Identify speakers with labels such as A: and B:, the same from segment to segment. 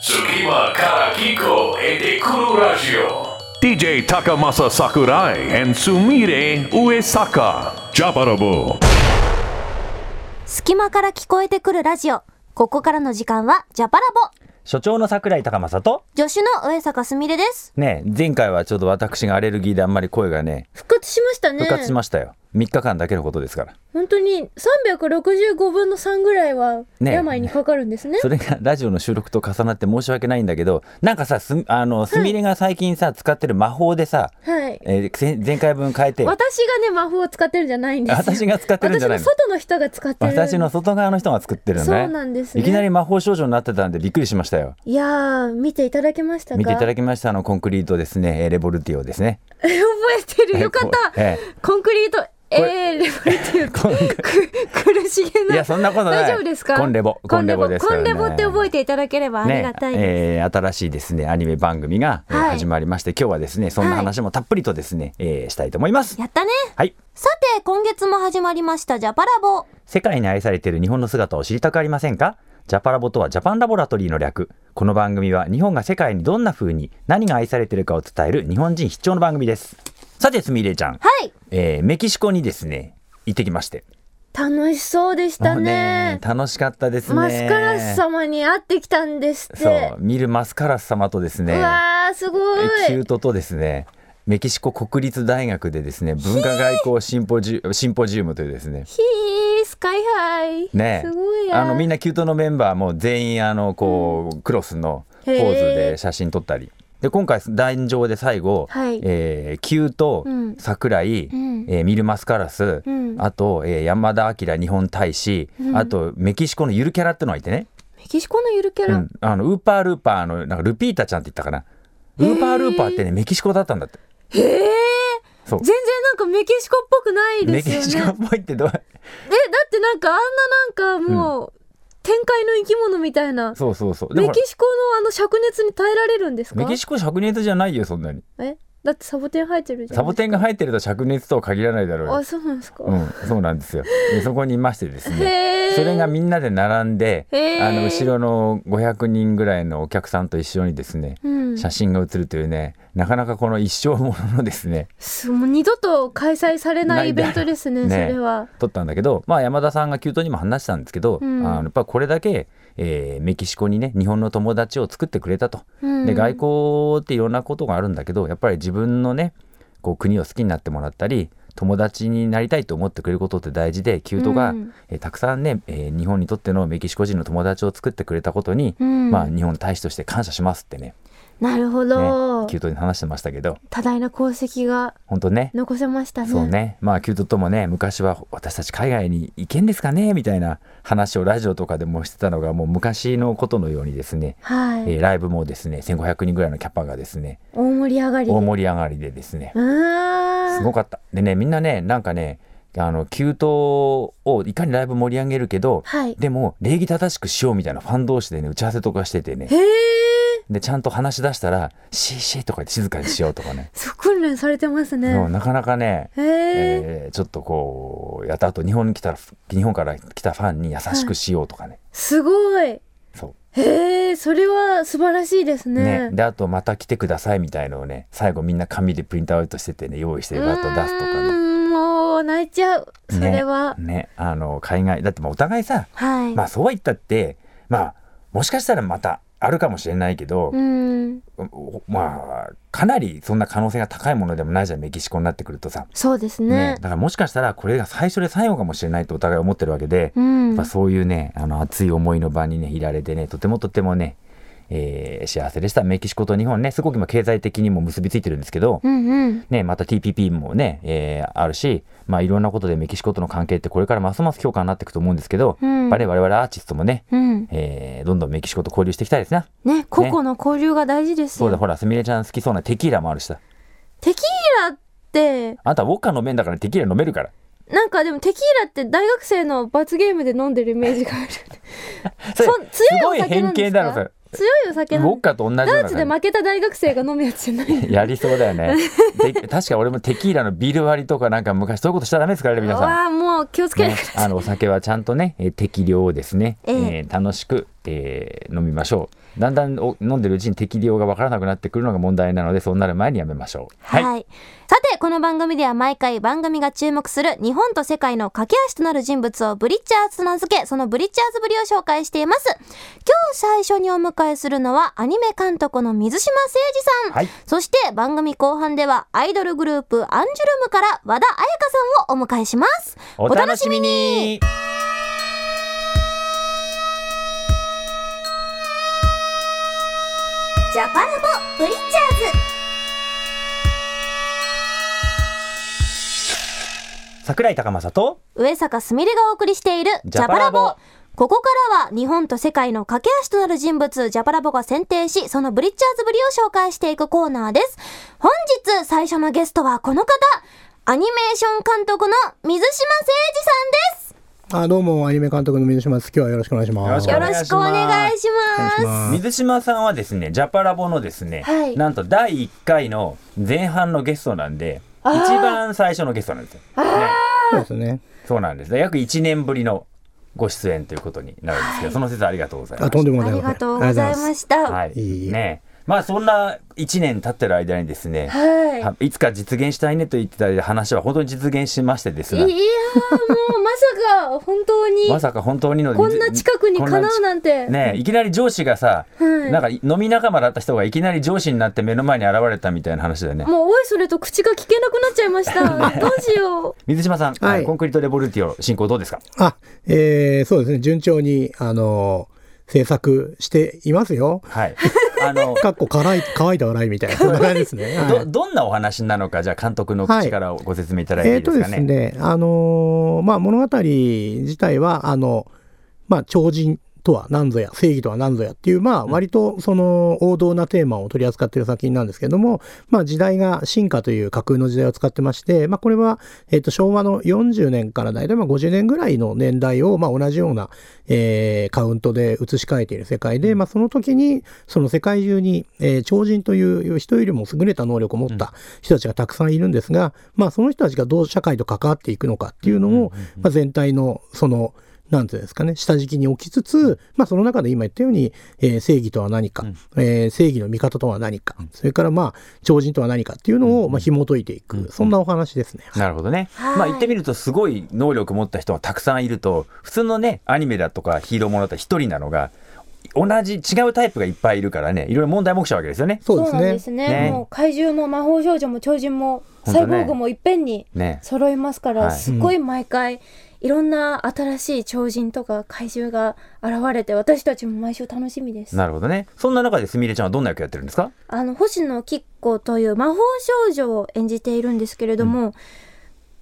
A: Tsukima Karakiko e Dekuru Radio.
B: DJ Takamasa Sakurai and Sumire Uesaka. Japarobo.
C: 隙間から聞こえてくるラジオ。ここからの時間は、ジャパラボ。
D: 所長の桜井高政と
C: 助手の上坂すみれです。
D: ね前回はちょっと私がアレルギーであんまり声がね
E: 復活しましたね
D: 復活しましたよ、3日間だけのことですから
E: 本当に365分の3ぐらいは
D: ね
E: 病にかかるんですね
D: それがラジオの収録と重なって申し訳ないんだけどなんかさすあのすみれが最近さ使ってる魔法でさ、
E: はい
D: えー前前回分変えて
E: 私がね魔法を使ってるんじゃないんですよ
D: 私が使ってるんじゃないの
E: 私の外の人が使ってる
D: 私の外側の人が作ってるのね
E: そうなんですね
D: いきなり魔法少女になってたんでびっくりしましたよ
E: いやー見ていただけましたか
D: 見ていただ
E: き
D: きましたあのコンクリートですねえーレボルティオですね
E: 覚えてるよか
D: えー
E: っ
D: こう
E: た
D: え
E: コンクリートえ
D: こ
E: ー、レバルっていう
D: コン
E: く 苦しげ
D: ー
E: ない
D: やそんなことない
E: 大丈夫ですか
D: コンレボコンレボですからね
C: コンレボって覚えていただければあり
D: ね
C: がたいです。
D: えー新しいですねアニメ番組が、えー
C: はい
D: 始まりまして今日はですねそんな話もたっぷりとですね、えーしたいと思います。
C: やったね。
D: はい
C: さて、今月も始まりました、ジャパラボ。
D: 世界に愛されている日本の姿を知りたくありませんかジャパラボとはジャパンラボラトリーの略この番組は日本が世界にどんな風に何が愛されているかを伝える日本人必聴の番組ですさてすみれちゃん、
C: はい。
D: えーメキシコにですね行ってきまして
E: 楽しそうでした
D: もう
E: ね
D: 楽しかったですね
E: マスカラス様に会ってきたんですって
D: そう見るマスカラス様とですね
E: うわーすご
D: えキュー
E: い
D: トとですねメキシコ国立大学でですね文化外交シンポジシンポジウムというですね
E: ヒースカイハイ
D: ね
E: すごいや
D: あのみんなキュートのメンバーも全員あのこう、クロスのポーズで写真撮ったりで今回壇上で最後、
E: はい
D: えーキュート、
C: うん
D: 桜井、
C: ん
D: えーミルマスカラス、
C: ん
D: あと、えー山田明日本大使、あとメキシコのゆるキャラってのがいてね、
E: メキシコのゆるキャ
D: う
E: ラ、
D: ん、あのウーパールーパーのなんかルピータちゃんって言ったかなウーパールーパーってねメキシコだったんだって。
E: へえ
D: そう
E: 全然なんかメキシコっぽくない
D: メ
E: で
D: キ
E: すよね
D: シコっぽいってどう
E: えだってなんかあんななんかもう、天界の生き物みたいな
D: そうそうそうで
E: メ
D: もほら
E: キシコのあの灼熱に耐えられるんですか
D: メキシコ灼熱じゃないよそんなに
E: えだってサボテン生えてるじゃん
D: サボテンが生えてると灼熱とは限らないだろうよ
E: あそうなんですか、
D: うんそうなんですよでそこにいましてですね
E: へえ
D: それがみんなで並んで
E: へー
D: あの後ろの500人ぐらいのお客さんと一緒にですね
E: うん
D: 写真が写るというねなかなかこの一生もののですね
E: すもう二度と開催されないイベントですね
D: ないだろう
E: それは
D: 撮ったんだけど、まあ、山田さんがキュートにも話したんですけど、
E: ん
D: あのやっぱこれだけ、えーメキシコにね日本の友達を作ってくれたと、
C: うん
D: で外交っていろんなことがあるんだけどやっぱり自分のねこう国を好きになってもらったり友達になりたいと思ってくれることって大事でキュートが、
C: うん
D: えーたくさんね、えー日本にとってのメキシコ人の友達を作ってくれたことに、
C: うん
D: まあ、日本大使として感謝しますってね
E: なるほ
D: ね
E: ど、
D: キュートに話してましたけど
E: 多大な功績が
D: 本当ね
E: 残せましたね
D: そうね、まあキュートともね昔は私たち海外に行けんですかねみたいな話をラジオとかでもしてたのがもう昔のことのようにですね、
E: はい、
D: えーライブもですね1,500人ぐらいのキャパがですね
E: 大盛り上がりで
D: 大盛り上がりでですね
E: うーん
D: すごかったでねみんなねなんかねあのキュートをいかにライブ盛り上げるけど、
E: はい
D: でも礼儀正しくしようみたいなファン同士でね打ち合わせとかしててね
E: へえ
D: でちゃんと話し出したら「シーシー」とか言って静かにしようとかね
E: そう訓練されてます
D: そう
E: ね
D: なかなかね
E: へえ
D: えーちょっとこうやった後日本に来たら日本から来たファンに優しくしようとかね、
E: すごい
D: そ
E: へえそれは素晴らしいです
D: うね
E: ね
D: であとまた来てくださいみたいのをね最後みんな紙でプリントアウトしててね用意してバッと出すと
E: う
D: かね
E: ーんもう泣いちゃうそれは、
D: ねねあの海外だってまあお互いさ
C: はい。
D: まあそうは言ったってまあもしかしたらまたあるかもしれないけど
C: う、ん。
D: おまあかなりそんな可能性が高いものでもないじゃんメキシコになってくるとさ、
C: そうです
D: ね
C: ね。
D: だからもしかしたらこれが最初で最後かもしれないとお互い思ってるわけで、
C: うん。
D: まあ、そういうねあの熱い思いの場にねいられてねとてもとてもね、えー幸せでしたメキシコと日本ねすごく今経済的にも結びついてるんですけど、
C: うんうん。
D: ね、また TPP もね、えーあるし、まあ、いろんなことでメキシコとの関係ってこれからますます強化になっていくと思うんですけど、
C: うん
D: やっぱり我々アーティストもね、
C: うん。
D: えーどんどんメキシコと交流していきたいですな
C: ね、個々の交流が大事です
D: そうだ
C: よ。
D: ほらすみれちゃん好きそうなテキーラもあるしさ
E: テキーラって
D: あんたウォッカ飲めんだからテキーラ飲めるから
E: なんかでもテキーラって 大学生の罰ゲームで飲んでるイメージがある
D: それ
E: そ強いお
D: すごい
E: 酒
D: 偏
E: なんで
D: 見
E: す
D: だろ
E: か
D: それ
E: 強いお酒
D: ウ
E: な
D: ォッ
E: の
D: カと同じよう
E: ダ
D: な
E: ーツで負けた大学生が飲むやつじゃな い
D: やりそうだよねで確か俺もテキーラのビール割りとかなんか昔そういうことしちゃダメですからね皆さん
E: わあもう気をつけて
D: ね
E: くだ、さい、
D: あのお酒はちゃんとね、えー適量をですね、え
C: ええ
D: ー楽しく、えー飲みましょうだんだんお飲んでるうちに適量が分からなくなってくるのが問題なのでそうなる前にやめましょう
C: はい、さてこの番組では毎回番組が注目する日本と世界の架け橋となる人物をブリッチャーズと名付けそのブリッチャーズぶりを紹介しています今日最初にお迎えするのはアニメ監督の水島誠二さん、
D: はい
C: そして番組後半ではアイドルグループアンジュルムから和田彩香さんをお迎えします
D: お楽しみに
C: ジャパラボブリッチャーズ
D: 桜井高政と
C: 上坂すみれがお送りしているジャパラ
D: ジャパラ
C: ボここからは日本と世界の架け橋となる人物ジャパラボが選定しそのブリッチャーズぶりを紹介していくコーナーです本日最初のゲストはこの方アニメーション監督の水島誠二さんで
F: あどうもアニメ監督の水島です。今日はよろしくお願いします。
D: よろしくお
C: すよろしくお願
D: 願いします
C: いします
D: 水島さんはですねジャパラボのですね、
E: はい
D: なんと第1回の前半のゲストなんで一番最初のゲストなんですよ、ね
F: そうですね。
D: そうなんです約1年ぶりのご出演ということになるんですけど、その説はありがとうございます
F: あとんでも
C: あ
F: ござい
C: り
F: ません。
C: がとうございました、
D: はい。
F: いい
D: ねえまあそんな1年経ってる間にですね、
E: はい
D: い、つか実現したいねと言ってた話は本当に実現しましてです
E: いやー
D: ね、
E: もうまさか本当に
D: まさか本当にの
E: こんな近くにかなうなんて、
D: ねえいきなり上司がさ、
E: はい
D: なんか飲み仲間だった人がいきなり上司になって目の前に現れたみたいな話だよね。
E: もうおいそれと口が聞けなくなっちゃいましたどうしよ
D: 水島さん、
F: はい
D: あのコンクリートレボルティオ進行どうですか
F: あ、えー、そうですね。順調にあのー制作していますよ。
D: はい。あの、
F: かっこ辛い乾いた笑いみたいなそんな感じですね。はい
D: ど、どんなお話なのか、じゃあ監督の口からご説明いただいてい
F: え
D: い
F: ー
D: で
F: と
D: す
F: で
D: か
F: す
D: ね。
F: ね、あのーまあ、物語自体は、あの、まあ、超人とは何ぞや、正義とは何ぞやっていう、まあ、割とその王道なテーマを取り扱っている作品なんですけども、まあ、時代が進化という架空の時代を使ってまして、まあ、これは、えっ、と、昭和の40年から大体まあ50年ぐらいの年代を、まあ、同じような、えーカウントで移し替えている世界で、まあ、その時に、その世界中に、えー超人という人よりも優れた能力を持った人たちがたくさんいるんですが、まあ、その人たちがどう社会と関わっていくのかっていうのを、まあ、全体の、その、なんていうんですかね、下敷きに置きつつ、まあ、その中で今言ったように、えー正義とは何か、えー正義の味方とは何か、それから、まあ、超人とは何かっていうのを、まあ、紐解いていく、そんなお話ですね。
D: なるほどね。
C: はい
D: まあ言ってみるとすごい能力持った人がたくさんいると普通のねアニメだとかヒーローものだったら一人なのが同じ違うタイプがいっぱいいるからねいろいろ問題も起きちゃうわけですよね。
F: そううですね。
E: ね
D: ね
E: もう怪獣も魔法少女も超人も
D: 本当ね
E: サイボーグもいっぺんに
D: ね
E: 揃いますから、
D: はい
E: すっごい毎回いろんな新しい超人とか怪獣が現れて私たちも毎週楽しみです
D: なるほどね。そんな中でスミレちゃんはどんな役やってるんですか
E: あの星野吉子という魔法少女を演じているんですけれども、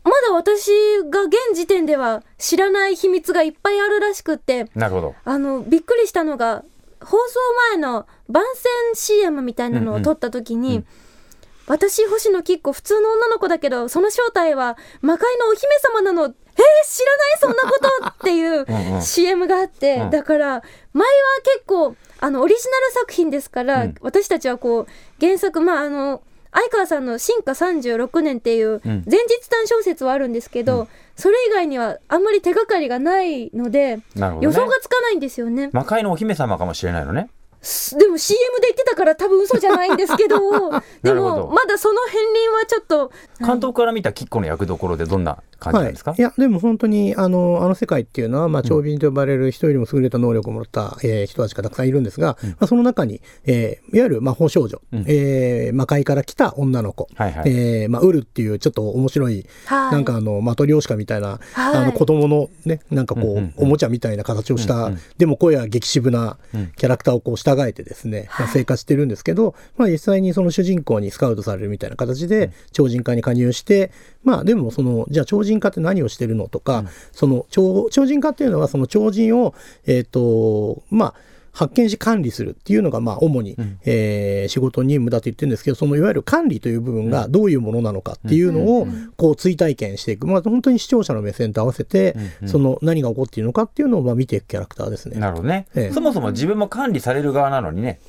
E: まだ私が現時点では知らない秘密がいっぱいあるらしくって
D: なるほど。
E: あのびっくりしたのが放送前の番宣 CM みたいなのを撮った時に、私星野吉子普通の女の子だけどその正体は魔界のお姫様なのえー、知らないそんなことって
D: んう
E: い
D: ん
E: う CM があって
D: うん
E: だから前は結構あのオリジナル作品ですから、
D: うん
E: 私たちはこう原作まああの相川さんの「進化36年」っていう前
D: ん
E: 日短小説はあるんですけど、それ以外にはあんまり手がかりがないので。
D: なるほど、ね。
E: 予想がつかないんですよね。
D: 魔界のお姫様かもしれないのね。
E: すでも CM で言ってたから多分嘘じゃないんです けど、で
D: なるほど
E: もまだその片鱗はちょっと、
D: 監督から見たキッコの役どころでどんな感じなんですか、
F: はい、いやでも本当にあのあの世界っていうのは、まあ、長瓶と呼ばれる人よりも優れた能力を持った、えー人たちがたくさんいるんですが、まあ、その中に、えーいわゆる魔法少女、えー魔界から来た女の子、
D: はいはい
F: えーまあ、ウルっていうちょっと面白い、
E: はい
F: なんかあのマトリョーシカみたいな、
E: はい
F: あの子供のねなんかこう、おもちゃみたいな形をした、でも声は激渋なキャラクターをこう従えてですね、まあ、生活してるんですけど、まあ、実際にその主人公にスカウトされるみたいな形で超人化に加入して、まあでもそのじゃあ超人化って何をしてるのとか、その超超人化っていうのはその超人をえっ、とまあ発見し管理するっていうのがまあ主に、えー仕事任務だと言ってるんですけどそのいわゆる管理という部分がどういうものなのかっていうのをこう追体験していく、まあ、本当に視聴者の目線と合わせてその何が起こっているのかっていうのをまあ見ていくキャラクターですね。
D: なるほどね、
F: ええ
D: そもそも自分も管理される側なのにね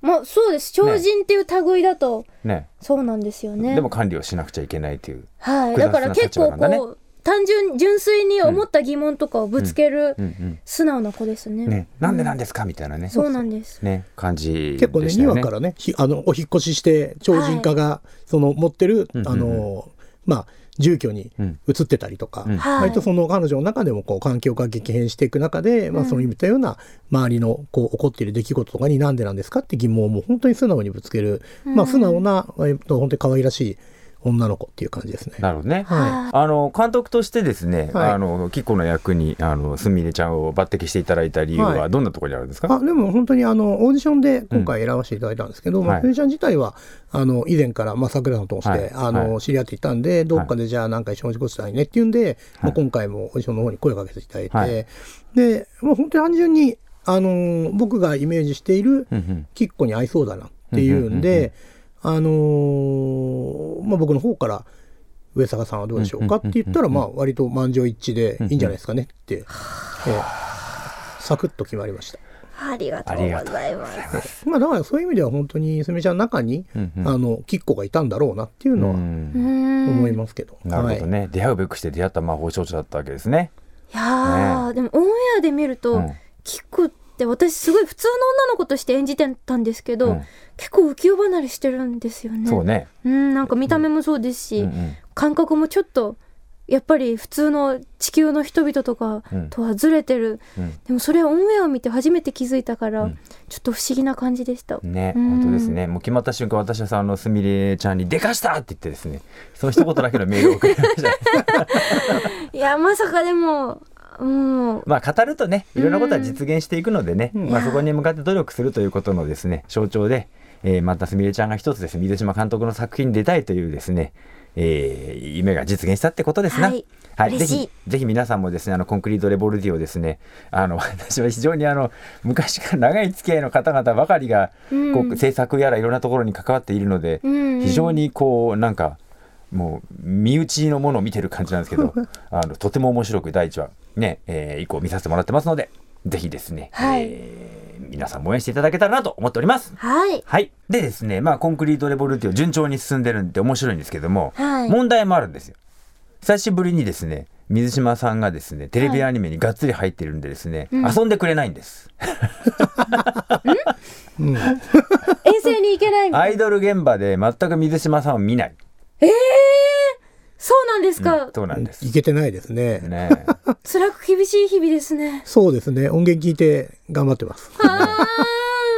E: まあそうです超人っていう類だと
D: ね
E: そうなんですよね
D: でも管理をしなくちゃいけないという
E: はい、
D: 複雑
E: だ
D: な
E: から結構
D: 立場なんだ
E: こう単純純粋に思った疑問とかをぶつける
D: うん
E: 素直な子ですね,、
D: うんねなんでなんですかみたいなね
E: そうなんです
D: ね感じでした
F: 結
D: よね
F: 構ね2話からねひあのお引っ越しして超人化が、その持ってる、
D: んうんうん
F: あのまあ住居に
D: うん
F: 移ってたりとか、
D: うん
E: はい
F: 割とその彼女の中でもこう環境が激変していく中で、まあ、その見たような周りのこう起こっている出来事とかになんでなんですかって疑問をもう本当に素直にぶつける、まあ、素直な、えっと、本当に可愛らしい女の子っていう感じですね。
D: なるほどね、
F: は
D: あの監督としてですね、
F: はい
D: あのキコの役にあのすみれちゃんを抜擢していただいた理由
F: は
D: はいどんなところにあるんですか、
F: あでも本当にあのオーディションで今回選ばせていただいたんですけど、
D: うん
F: ま
D: は
F: あ、
D: い
F: ふみちゃん自体はあの以前から、まあ、桜さんとして、
D: はい
F: あの
D: は
F: 知り合っていたんでどっかでじゃあなんか一緒にお仕事したいねっていうんで、まあ、今回もオーディションの方に声をかけていただいて、
D: はい
F: で、まあ、本当に単純にあの僕がイメージしている
D: うんうん
F: キッコに合いそうだなっていうんで、あのーまあ、僕の方から「上坂さんはどうでしょうか?」って言ったら、まあ、割と満場一致でいいんじゃないですかねって、ええサクッと決まりました。
E: ありがとうございます
F: まあだからそういう意味では本当にすみちゃんの中に、
D: うんうん
F: あのキッコがいたんだろうなっていうの
D: う
F: は
D: ん
F: 思いますけど、
D: なるほど
F: はい
D: ね、出会うべくして出会った魔法少女だったわけですね。
E: いやー、でもオンエアで見ると、
D: うん
E: キクって私すごい普通の女の子として演じてたんですけど、
D: うん
E: 結構浮世離れしてるんですよね
D: そうね、
E: うんなんか見た目もそうですし、
D: うんうん
E: 感覚もちょっとやっぱり普通の地球の人々とか
D: うん
E: とはずれてる、
D: うん
E: でもそれはオンエアを見て初めて気づいたから、
D: うん
E: ちょっと不思議な感じでした、
D: ね、
E: うん
D: 本当ですね。もう決まった瞬間、私はさ、あのすみれちゃんにでかしたって言ってですね。その一言だけのメールを送りました。
E: いやまさかでももう
D: まあ語るとね、いろんなことは実現していくのでね、まあそこに向かって努力するということのですね、象徴で、えーまたすみれちゃんが一つですね、水島監督の作品に出たいというですね、えー夢が実現したってことですな。
E: はい
D: ぜ
E: 嬉しい
D: ひ、ぜひ皆さんもですね、あの、コンクリートレボルディをですね、あの、 私は非常にあの、昔から長い付き合いの方々ばかりが、こう、制作やらいろんなところに関わっているので、
E: うん
D: 非常にこう、なんか、もう身内のものを見てる感じなんですけ どあのとても面白く第1話、ねえー以降見させてもらってますのでぜひですね、
E: はい
D: えー皆さんも応援していただけたらなと思っております。
E: はい
D: はい、でですね、まあ、コンクリートレボルティオ順調に進んでるんで面白いんですけども、
E: はい
D: 問題もあるんですよ。久しぶりにですね水島さんがですねテレビアニメにがっつり入ってるんでですね、遊んでくれないん です。
E: 遠征に行けないみたいな
D: アイドル現場で全く水島さんを見ない。
E: そうなんですか、
D: そうなんです。
F: いけてないですね
D: ね
E: 辛く厳しい日々ですね
F: そうですね音源聞いて頑張ってます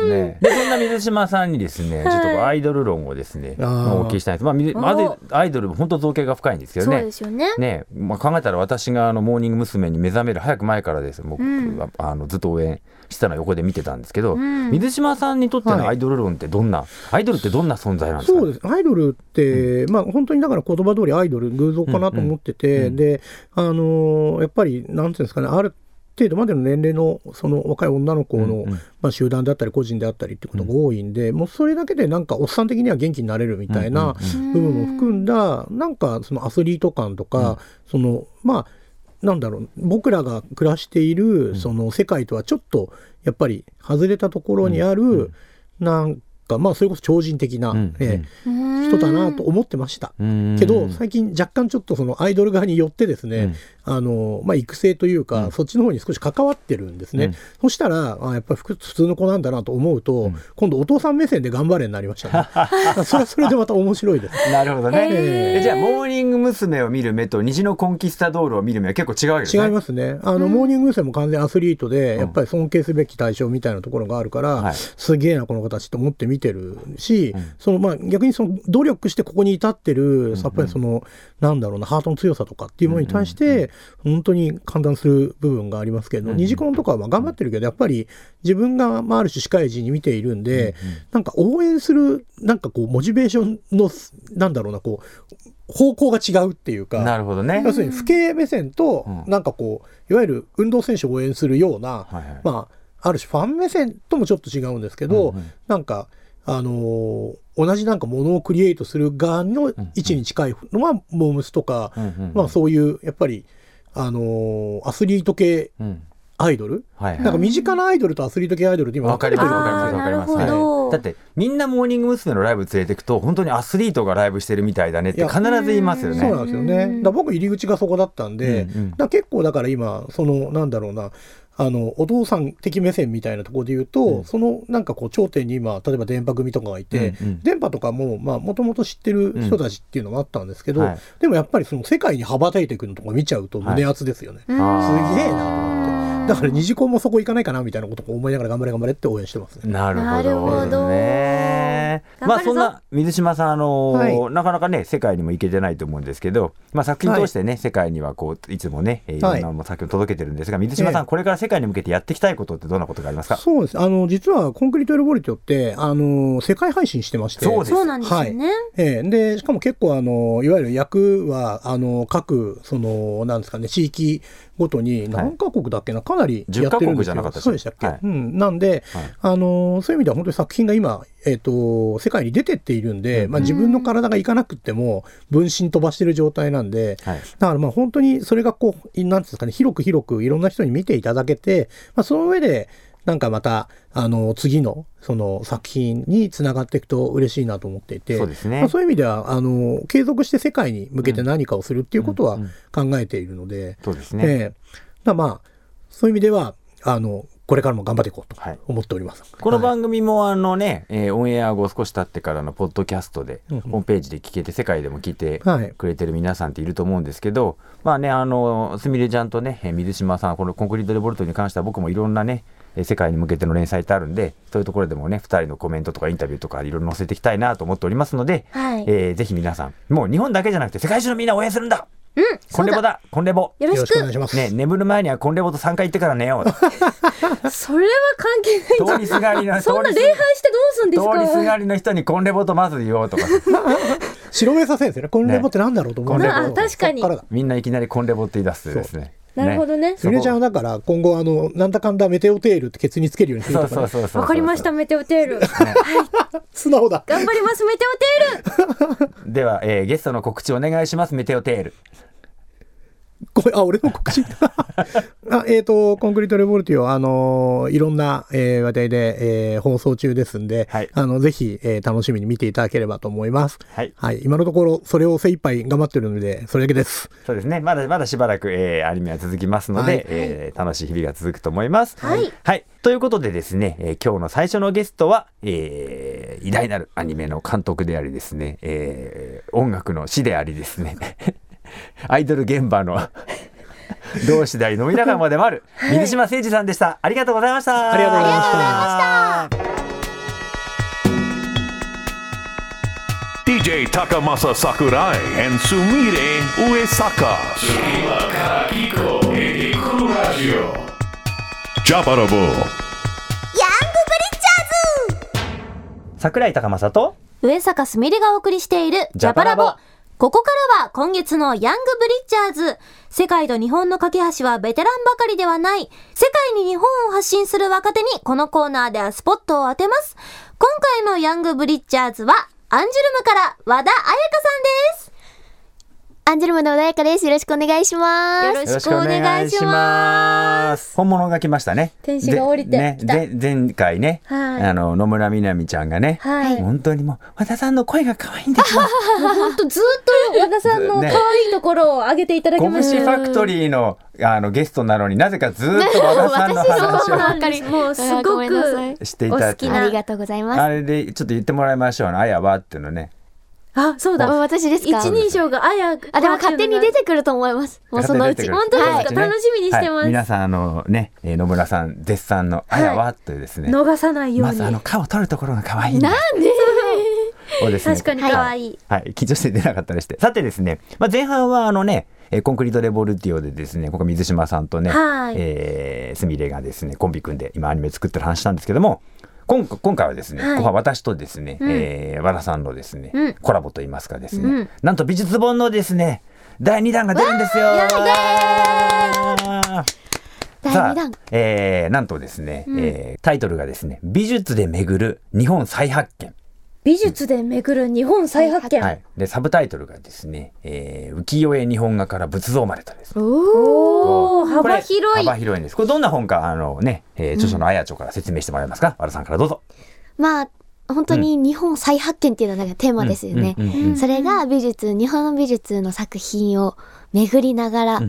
D: ね、でそんな水島さんにですね、ちょっとこうアイドル論をですね、
F: あー
D: まあお聞きしたいんです。まあ、水まず
E: お
D: アイドルも本当造形が深いんですけど
E: そう
D: ね
E: で。すよね
D: ねまあ、考えたら私があのモーニング娘。に目覚める早く前からですもう、ああのずっと応援してたのを横で見てたんですけど、水島さんにとって
F: はい
D: のアイドル論ってどんな、アイドルってどんな存在なんですか
F: そうですアイドルって、まあ本当にだから言葉通りアイドル偶像かなと思ってて、であのーやっぱりなんていうんですかねある程度までの年齢のその若い女の子の、まあ、集団であったり個人であったりってことが多いんで、もうそれだけでなんかおっさん的には元気になれるみたいな部分も含んだ、なんかそのアスリート感とか、そのまあなんだろう僕らが暮らしているその世界とはちょっとやっぱり外れたところにある、なんかまあそれこそ超人的な、
D: ん
F: ええ人だなと思ってました。けど最近若干ちょっとそのアイドル側によってですね、あのまあ、育成というか、そっちの方に少し関わってるんですね、そしたらあやっぱり普普通の子なんだなと思うと、今度お父さん目線で頑張れになりました ねあそれはそれでまた面白いです
D: なるほどね、
E: へー
D: えじゃあモーニング娘。を見る目と虹のコンキスタドールを見る目は結構違うわけですね
F: 違いますねあの、モーニング娘。も完全にアスリートで、やっぱり尊敬すべき対象みたいなところがあるから、
D: はい
F: すげえなこの子たちと思って見てるし、そのまあ、逆にその努力してここに至ってるやっぱりその、なんだろうなハートの強さとかっていうものに対して、本当に感嘆する部分がありますけど、ニジコンとかはまあ頑張ってるけどやっぱり自分が、まあ、ある種司会陣に見ているんで、なんか応援するなんかこうモチベーションのなんだろうなこう方向が違うっていうか。
D: なるほどね
F: 要するに父兄目線と、
D: うん
F: なんかこういわゆる運動選手を応援するような、
D: はいはい
F: まあある種ファン目線ともちょっと違うんですけど、なんか、あのー同じなんかものをクリエイトする側の位置に近いのは、モームスとか、
D: うんうん
F: まあそういう、やっぱり、あのーアスリート系
D: うん
F: アイドル、
D: はい
F: なんか身近なアイドルとアスリート系アイドルって今分かれてる
D: わかります
C: あー
D: わかります
C: なるほど。
D: だってみんなモーニング娘。のライブ連れてくと本当にアスリートがライブしてるみたいだねっ
F: い
D: て
F: や
D: 必ず言いますよ
F: そうな
D: ね。
F: んですよね。だから僕入り口がそこだったんで、
D: うんうん
F: だから結構だから今、そのなんだろうな、あの、お父さん的目線みたいなところで言うと、そのなんかこう頂点に今、例えば電波組とかがいて、
D: うんうん
F: 電波とかも、まあ、もともと知ってる人たちっていうのもあったんですけど、
D: うんはい
F: でもやっぱりその世界に羽ばたいていくのとか見ちゃうと胸熱ですよね。
D: あ
F: すげえなと思って。だから二次コンもそこ行かないかなみたいなことを思いながら頑張れ頑張れって応援してますね。
D: なるほど
C: なるほど
D: ね。
E: 頑張るぞ
D: まあそんな水島さんあのー
F: は
D: なかなかね世界にも行けてないと思うんですけど、まあ作品通してね、世界にはこういつもねえーいろ
F: は
D: ん
F: い
D: なもの作品を届けてるんですが、水島さん、
F: ええ
D: これから世界に向けてやっていきたいことってどんなことがありますか。
F: そうです。あの、実はコンクリートエルボリティオって、あの、世界配信してまして。
D: そうです
C: そうなんですよね。
F: ええ、でしかも結構あのいわゆる役はあの各そのなんですかね地域ごとに何カ国だっけな、かなりやってるん
D: 10カ
F: で
D: 国
F: す
D: じ
F: よ
D: ゃなかったでしょ
F: そうでしたっけ、
D: はい
F: うん、なんで、あのそういう意味では本当に作品が今、えっと世界に出てっているんで、まあ、自分の体がいかなくっても分身飛ばしてる状態なんで、
D: はい
F: だからまあ本当にそれがこういなんていうんですかね広く広くいろんな人に見ていただけて、まあ、その上でなんかまたあの次のその作品につながっていくと嬉しいなと思っていて
D: そうですね
F: まあ、そういう意味ではあの継続して世界に向けて何かをするっていうことは考えているので、
D: そうです
F: え
D: ね。
F: えだからまあそういう意味ではあのこれからも頑張っていこうと
D: はい
F: 思っております。
D: この
F: はい
D: 番組もあのね、えーオンエア後少し経ってからのポッドキャストで、
F: うんうん
D: ホームページで聞けて世界でも聞いて
F: はい
D: くれてる皆さんっていると思うんですけど、まあねあのすみれちゃんとねえー水島さんこのコンクリートレボルトに関しては僕もいろんなねえー世界に向けての連載ってあるんでそういうところでもね2人のコメントとかインタビューとかいろいろ載せていきたいなと思っておりますので、
C: はい
D: えーぜひ皆さんもう日本だけじゃなくて世界中のみんな応援するんだ
C: うん、
D: コ
C: そ
D: ン
C: う
D: レボ
C: だ。
D: だコンレボ
C: よろ
F: よ
C: し
F: ろしくお願い
C: く。
F: します。
D: ね眠る前にはコンレボと3回言ってから寝よう
E: それは関係ない
D: 通りすがりの
E: そん な
D: 通りす
E: 礼拝してどうすんです
D: 通りす
E: か
D: がりの人にコンレボとまず言おうとか
F: 白目させんですよね。このレポってなんだろうと思うんだけ
E: ねあ
F: ど、
E: 確かに
F: そっらだ
D: みんないきなりコンレボって言い出すですね。
E: なるほどね
F: すみれちゃんはだから今後あのなんだかんだメテオテールってケツにつけるようにする
D: そう
F: とか、
D: そう
F: ね、
D: そうそうそう。
E: わかりました。メテ オテール
F: 素直だ。
E: 頑張りますメテオテール
D: では、えーゲストの告知お願いします。メテオテール。
F: ごめんあ、俺の告知。 あえっ、と、コンクリートレボルティを、あのーいろんな、えー話題で、えー放送中ですんで、
D: はい
F: あの、ぜひ、えー楽しみに見ていただければと思います。
D: はい
F: 今のところ、それを精一杯頑張ってるので、それだけです。
D: そうですね。まだまだしばらく、えーアニメは続きますので、
F: はい
D: えー楽しい日々が続くと思います。
C: はい。
D: ということでですね、えー今日の最初のゲストは、えー偉大なるアニメの監督でありですね、えー音楽の師でありですね、 アイドル現場 の同志であり飲み仲間でもある、水島誠二さんでした。ありがとうございました。
F: ありがとうございましたありがとうござい
B: DJ
D: した。
B: Takamasa Sakurai and Sumire Uesaka.
A: 次はカラキコエデクルラジオ
B: Jabarabo.
D: 桜井高政と
C: 上坂すみれがお送りしているジャパラ
D: ジャ
C: ボ
D: パラボ。。
C: ここからは今月のヤングブリッジャーズ。世界と日本の架け橋はベテランばかりではない。世界に日本を発信する若手にこのコーナーではスポットを当てます。今回のヤングブリッジャーズはアンジュルムから和田彩香さんです。
G: アンジェルムの穏やかです。よろしくお願いします。
E: よろしくお願いします
D: 本物が来ましたね。
E: 天使が降りて
D: でね、
E: きた
D: 前前回ね、
E: はい
D: あの野村みなみちゃんがね、
E: はい
D: 本当にもう和田さんの声が可愛いん ですよ。
E: ほんとずっと和田さんの可愛いところを上げていただき
D: ゴ
E: ま
D: ム
E: し
D: シ
E: た
D: ファクトリーのあのゲストなのになぜかずっと和田さんの
G: 私
D: 話
G: そう
D: を
G: なのり
E: もうす
G: あー
E: ご
G: ごめんなさい
E: く
D: していただいて
E: お好きな
G: ありがとうございます。
D: あれでちょっと言ってもらいましょうね。あやはっていうのね。
E: あそう
G: あ
E: だ
G: 私ですか
E: 一人称があや
G: あ、でも勝手に出てくると思います。もうそのうち。
D: 勝手に出てくる
E: 本当ですか
D: はい
E: 楽しみにしてます
D: はい皆さんあのね、えー野村さん絶賛のあやはっていうですね。
E: 逃さないよう
D: ま
E: に
D: ずあの顔を取るところが可愛いんだ。なんで？をですね
E: 確かに可愛い
D: はい、緊張して出なかったりして。さてですね、まあ、前半はあのね、えーコンクリートレボルティオでですね、ここ水島さんとね、
E: はい
D: えー、すみれがですね、コンビ組んで今アニメ作ってる話なんですけども、今今回はですね、
E: はい
D: ここは私とですね、えー和田さんのですね、
C: うん
D: コラボといいますかですね、
C: うん
D: なんと美術本のですね、第2弾が出るんですよ。
C: ーイ
D: わー
G: 第
D: さ
G: 2
D: あ
G: 弾。、
D: えー、なんとですね、えータイトルがですね、美術で巡る日本再発見。
E: 美術で巡る日本再発見。
D: はい。で、サブタイトルがですね、えー、浮世絵日本画から仏像までとです。
E: おお、
D: これ
E: 幅広い。
D: 幅広いんです。これどんな本か、あのね、えー著書のあやちょから説明してもらえますか、和田さんからどうぞ。
G: まあ、本当に日本再発見っていうのがなんかテーマですよね
D: うんうんうん。
G: それが美術、日本の美術の作品を巡りながら、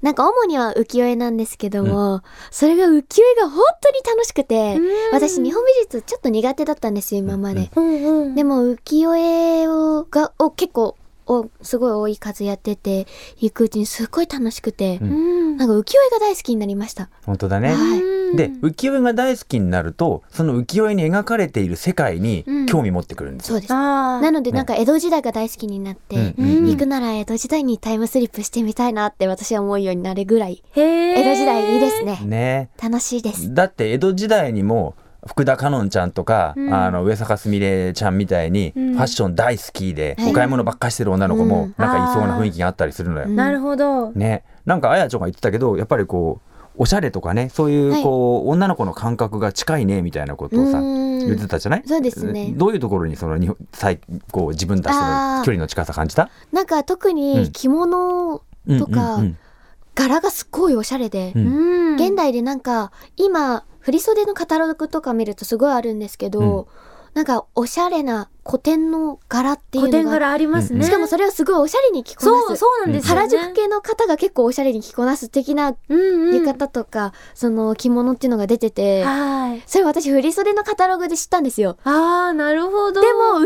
G: なんか主には浮世絵なんですけども、それが浮世絵が本当に楽しくて、私日本美術ちょっと苦手だったんですよ、今まで。
E: うんうん。
G: でも浮世絵をがを結構をすごい多い数やってて行くうちにすごい楽しくて、なんか浮世絵が大好きになりました。
D: 本当だね。
G: はい。
D: で、浮世絵が大好きになると、その浮世絵に描かれている世界に
G: うん
D: 興味持ってくるんです
G: そ
D: よ。
G: うです。
E: あ
G: なのでなんか江戸時代が大好きになって、
D: うん
G: 行くなら江戸時代にタイムスリップしてみたいなって私は思うようになるぐらい、
E: あ、へえ。
G: 江戸時代いいですね。
D: ね。
G: 楽しいです。
D: だって江戸時代にも福田香音ちゃんとか、あの上坂すみれちゃんみたいにファッション大好きで、
G: はい
D: お買い物ばっかしてる女の子も
G: うん
D: なんかいそうな雰囲気があったりするのよ。
G: うん
E: なるほど。
D: ね、なんかあやちょが言ってたけどやっぱりこうおしゃれとかねそうい
G: は
D: う
G: い
D: こう、女の子の感覚が近いねみたいなことをさ
G: うーん
D: 言ってたじゃない
G: そうですね
D: どういうところにその日本最こう自分たちとの
G: あー
D: 距離の近さ感じた
G: なんか特に着物とか、
D: うんうん
G: 柄がすっごいおしゃれで、
D: うんうん
E: うん。
G: 現代でなんか今振袖のカタログとか見るとすごいあるんですけど、なんかおしゃれな古典の柄っていう
E: 古
G: の
E: 典
G: が
E: 柄ありますね。
G: しかもそれをすごいおしゃれに着こなす
E: そう、そうなんですよね。
G: 原宿系の方が結構おしゃれに着こなす的な
E: うんうん。
G: 浴衣とか、その着物っていうのが出てて、
E: はい。
G: それ私振袖のカタログで知ったんですよ。
E: ああ、なるほど。
G: でも浮世絵を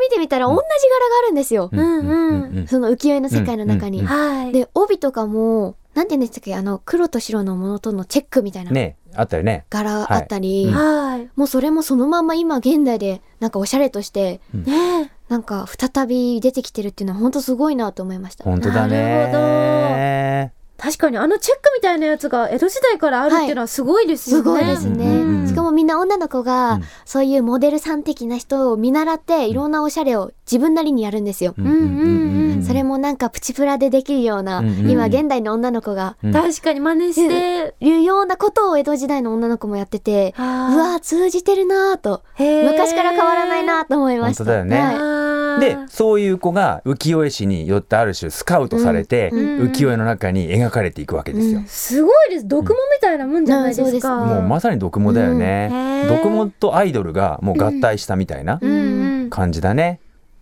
G: 見てみたら同じ柄があるんですよ。
E: うんうん
D: うんうん
G: その浮世絵の世界の中に。
D: うんうん
E: はい。
G: で帯とかもなんて言うんでしたっけあの黒と白のものとのチェックみたいな
D: ねあったよね
G: 柄があったり、
D: はい
E: はい。
G: もうそれもそのまま今現代でなんかおしゃれとして
E: ねえ
G: なんか再び出てきてるっていうのは本当すごいなと思いました。
D: 本当だね
E: 確かにあのチェックみたいなやつが江戸時代からあるっていうのはすごいですよ
G: す
E: ね。
G: ごいですね、
D: うんうんうん
G: しかもみんな女の子が、
D: うん
G: そういうモデルさん的な人を見習っていろんなおしゃれを自分なりにやるんですよ、
D: うんうんうんうん
G: それもなんかプチプラでできるような、
D: うんうんうん
G: 今現代の女の子が
D: うん
E: 確かに真似して。
G: いうようなことを江戸時代の女の子もやってて、
E: う
G: うわー通じてるなーと昔から変わらないなーと思いました
D: 本当だよね
G: はい
D: でそういう子が浮世絵師によってある種スカウトされて、
E: うんうん
D: 浮世絵の中に描かれていくわけですよ。
E: すごいです。毒もみたいなもんじゃないですか。
G: うん
D: もうまさに毒もだよ
E: うん
D: ね
E: へ。ー
D: 毒もとアイドルがもう合体したみたいな
E: うんうん、
D: 感じだね。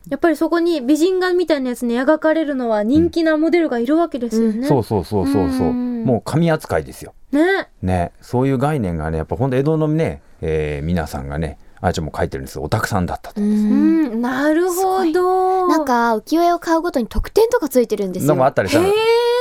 E: やっぱりそこに美人画みたいなやつに描かれるのは人気なモデルがいるわけですよね。
D: そうそうそうそうそう。
E: うん
D: もう神扱いですよ。
E: ね。
D: ね、そういう概念がね、やっぱ本当江戸のね、えー皆さんがね、あーちゃんも書いてるんですよ。オタクさんだったと。
E: うん、なるほど。
G: なんか浮世絵を買うごとに特典とかついてるんです
D: の
G: よ
D: もあったりしたの。
E: えー、
D: い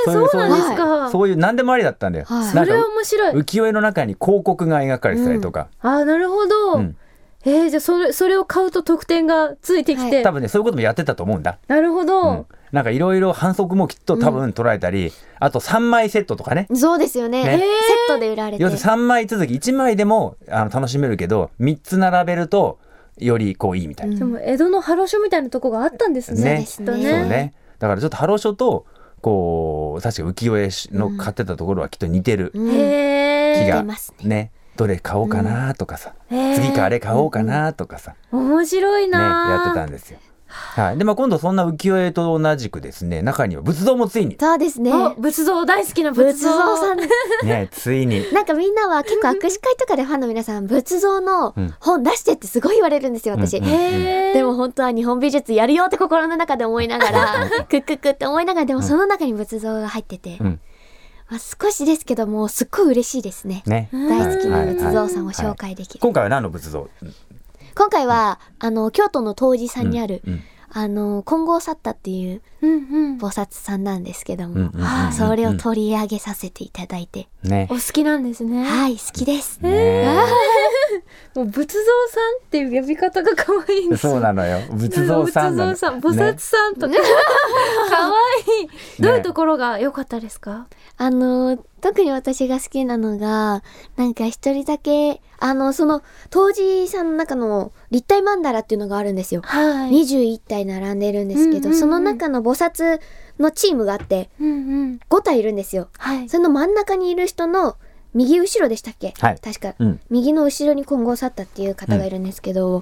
E: そうなんで
D: そ
E: す
D: ういう
E: か。
D: そういう何でもありだったんだよ。
G: はい
D: な
E: そ
D: んか
E: れは面白い。
D: 浮世絵の中に広告が描かれてたりとか、
E: あー、なるほど。
D: うん
E: えー、じゃあそれそれを買うと特典がついてきて、
D: 多分ねそういうこともやってたと思うんだ。
E: なるほど、
D: なんかいろいろ反則もきっと多分捉えたり、あと3枚セットとかね。
G: そうですよね
D: ね
G: セットで売られて
D: 要するに3枚続き1枚でもあの楽しめるけど3つ並べるとよりこういいみたいな、
E: でも江戸のハロショみたいなとこがあったんですね
D: ね
E: きっと
G: そ
D: そう
E: ね
D: ねだからちょっとハローショとこう確か浮世絵の買ってたところはきっと似てる
G: うん
E: へ
D: 気
E: え
G: 似
D: が、
G: てますね
D: どれ買おうかなとかさ、
E: へー
D: 次かあれ買おうかなとかさ、
E: 面白い
D: ね
E: な
D: やってたんですよ。はい、でまあ今度そんな浮世絵と同じくですね中には仏像もついに、
G: そうですね
E: お仏像大好きな仏
G: 仏
E: 像
G: 像さん
D: ね、ついに
G: なんかみんなは結構握手会とかでファンの皆さん仏像の
D: うん
G: 本出してってすごい言われるんですよ私、
D: うんうん
E: へえ
G: でも本当は日本美術やるよって心の中で思いながら クックックって思いながらでもその中に仏像が入ってて、
D: うん
G: まあ、少しですけどもすっごい嬉しいですね
D: ね
G: 大好きな仏像さんを
D: はい
G: 紹介できる、
D: 今回は何の仏像
G: 今回はあの京都の東寺さんにある、
D: うんうん
G: あの金剛サッタっていう
E: うんうん
G: 菩薩さんなんですけども、
D: うんうんうんうん
G: それを取り上げさせていただいて、
D: ね
E: お好きなんですね、
G: はい好きです、
D: ね
E: もう仏像さんっていう呼び方が可愛いんです
D: そうなのよ仏像さんなの
E: 仏像さん菩薩さんとか、可愛いどういうところが良かったですか、
G: あの特に私が好きなのがなんか一人だけあのその東寺さんの中の立体曼荼羅っていうのがあるんですよ、
E: は、
G: 21体並んでるんですけど、
E: うんうんうん
G: その中の菩薩のチームがあって
E: うんうん
G: 5体いるんですよ
E: はい
G: その真ん中にいる人の右後ろでしたっけ、
D: はい
G: 確か、
D: うん
G: 右の後ろに混合去ったっていう方がいるんですけど、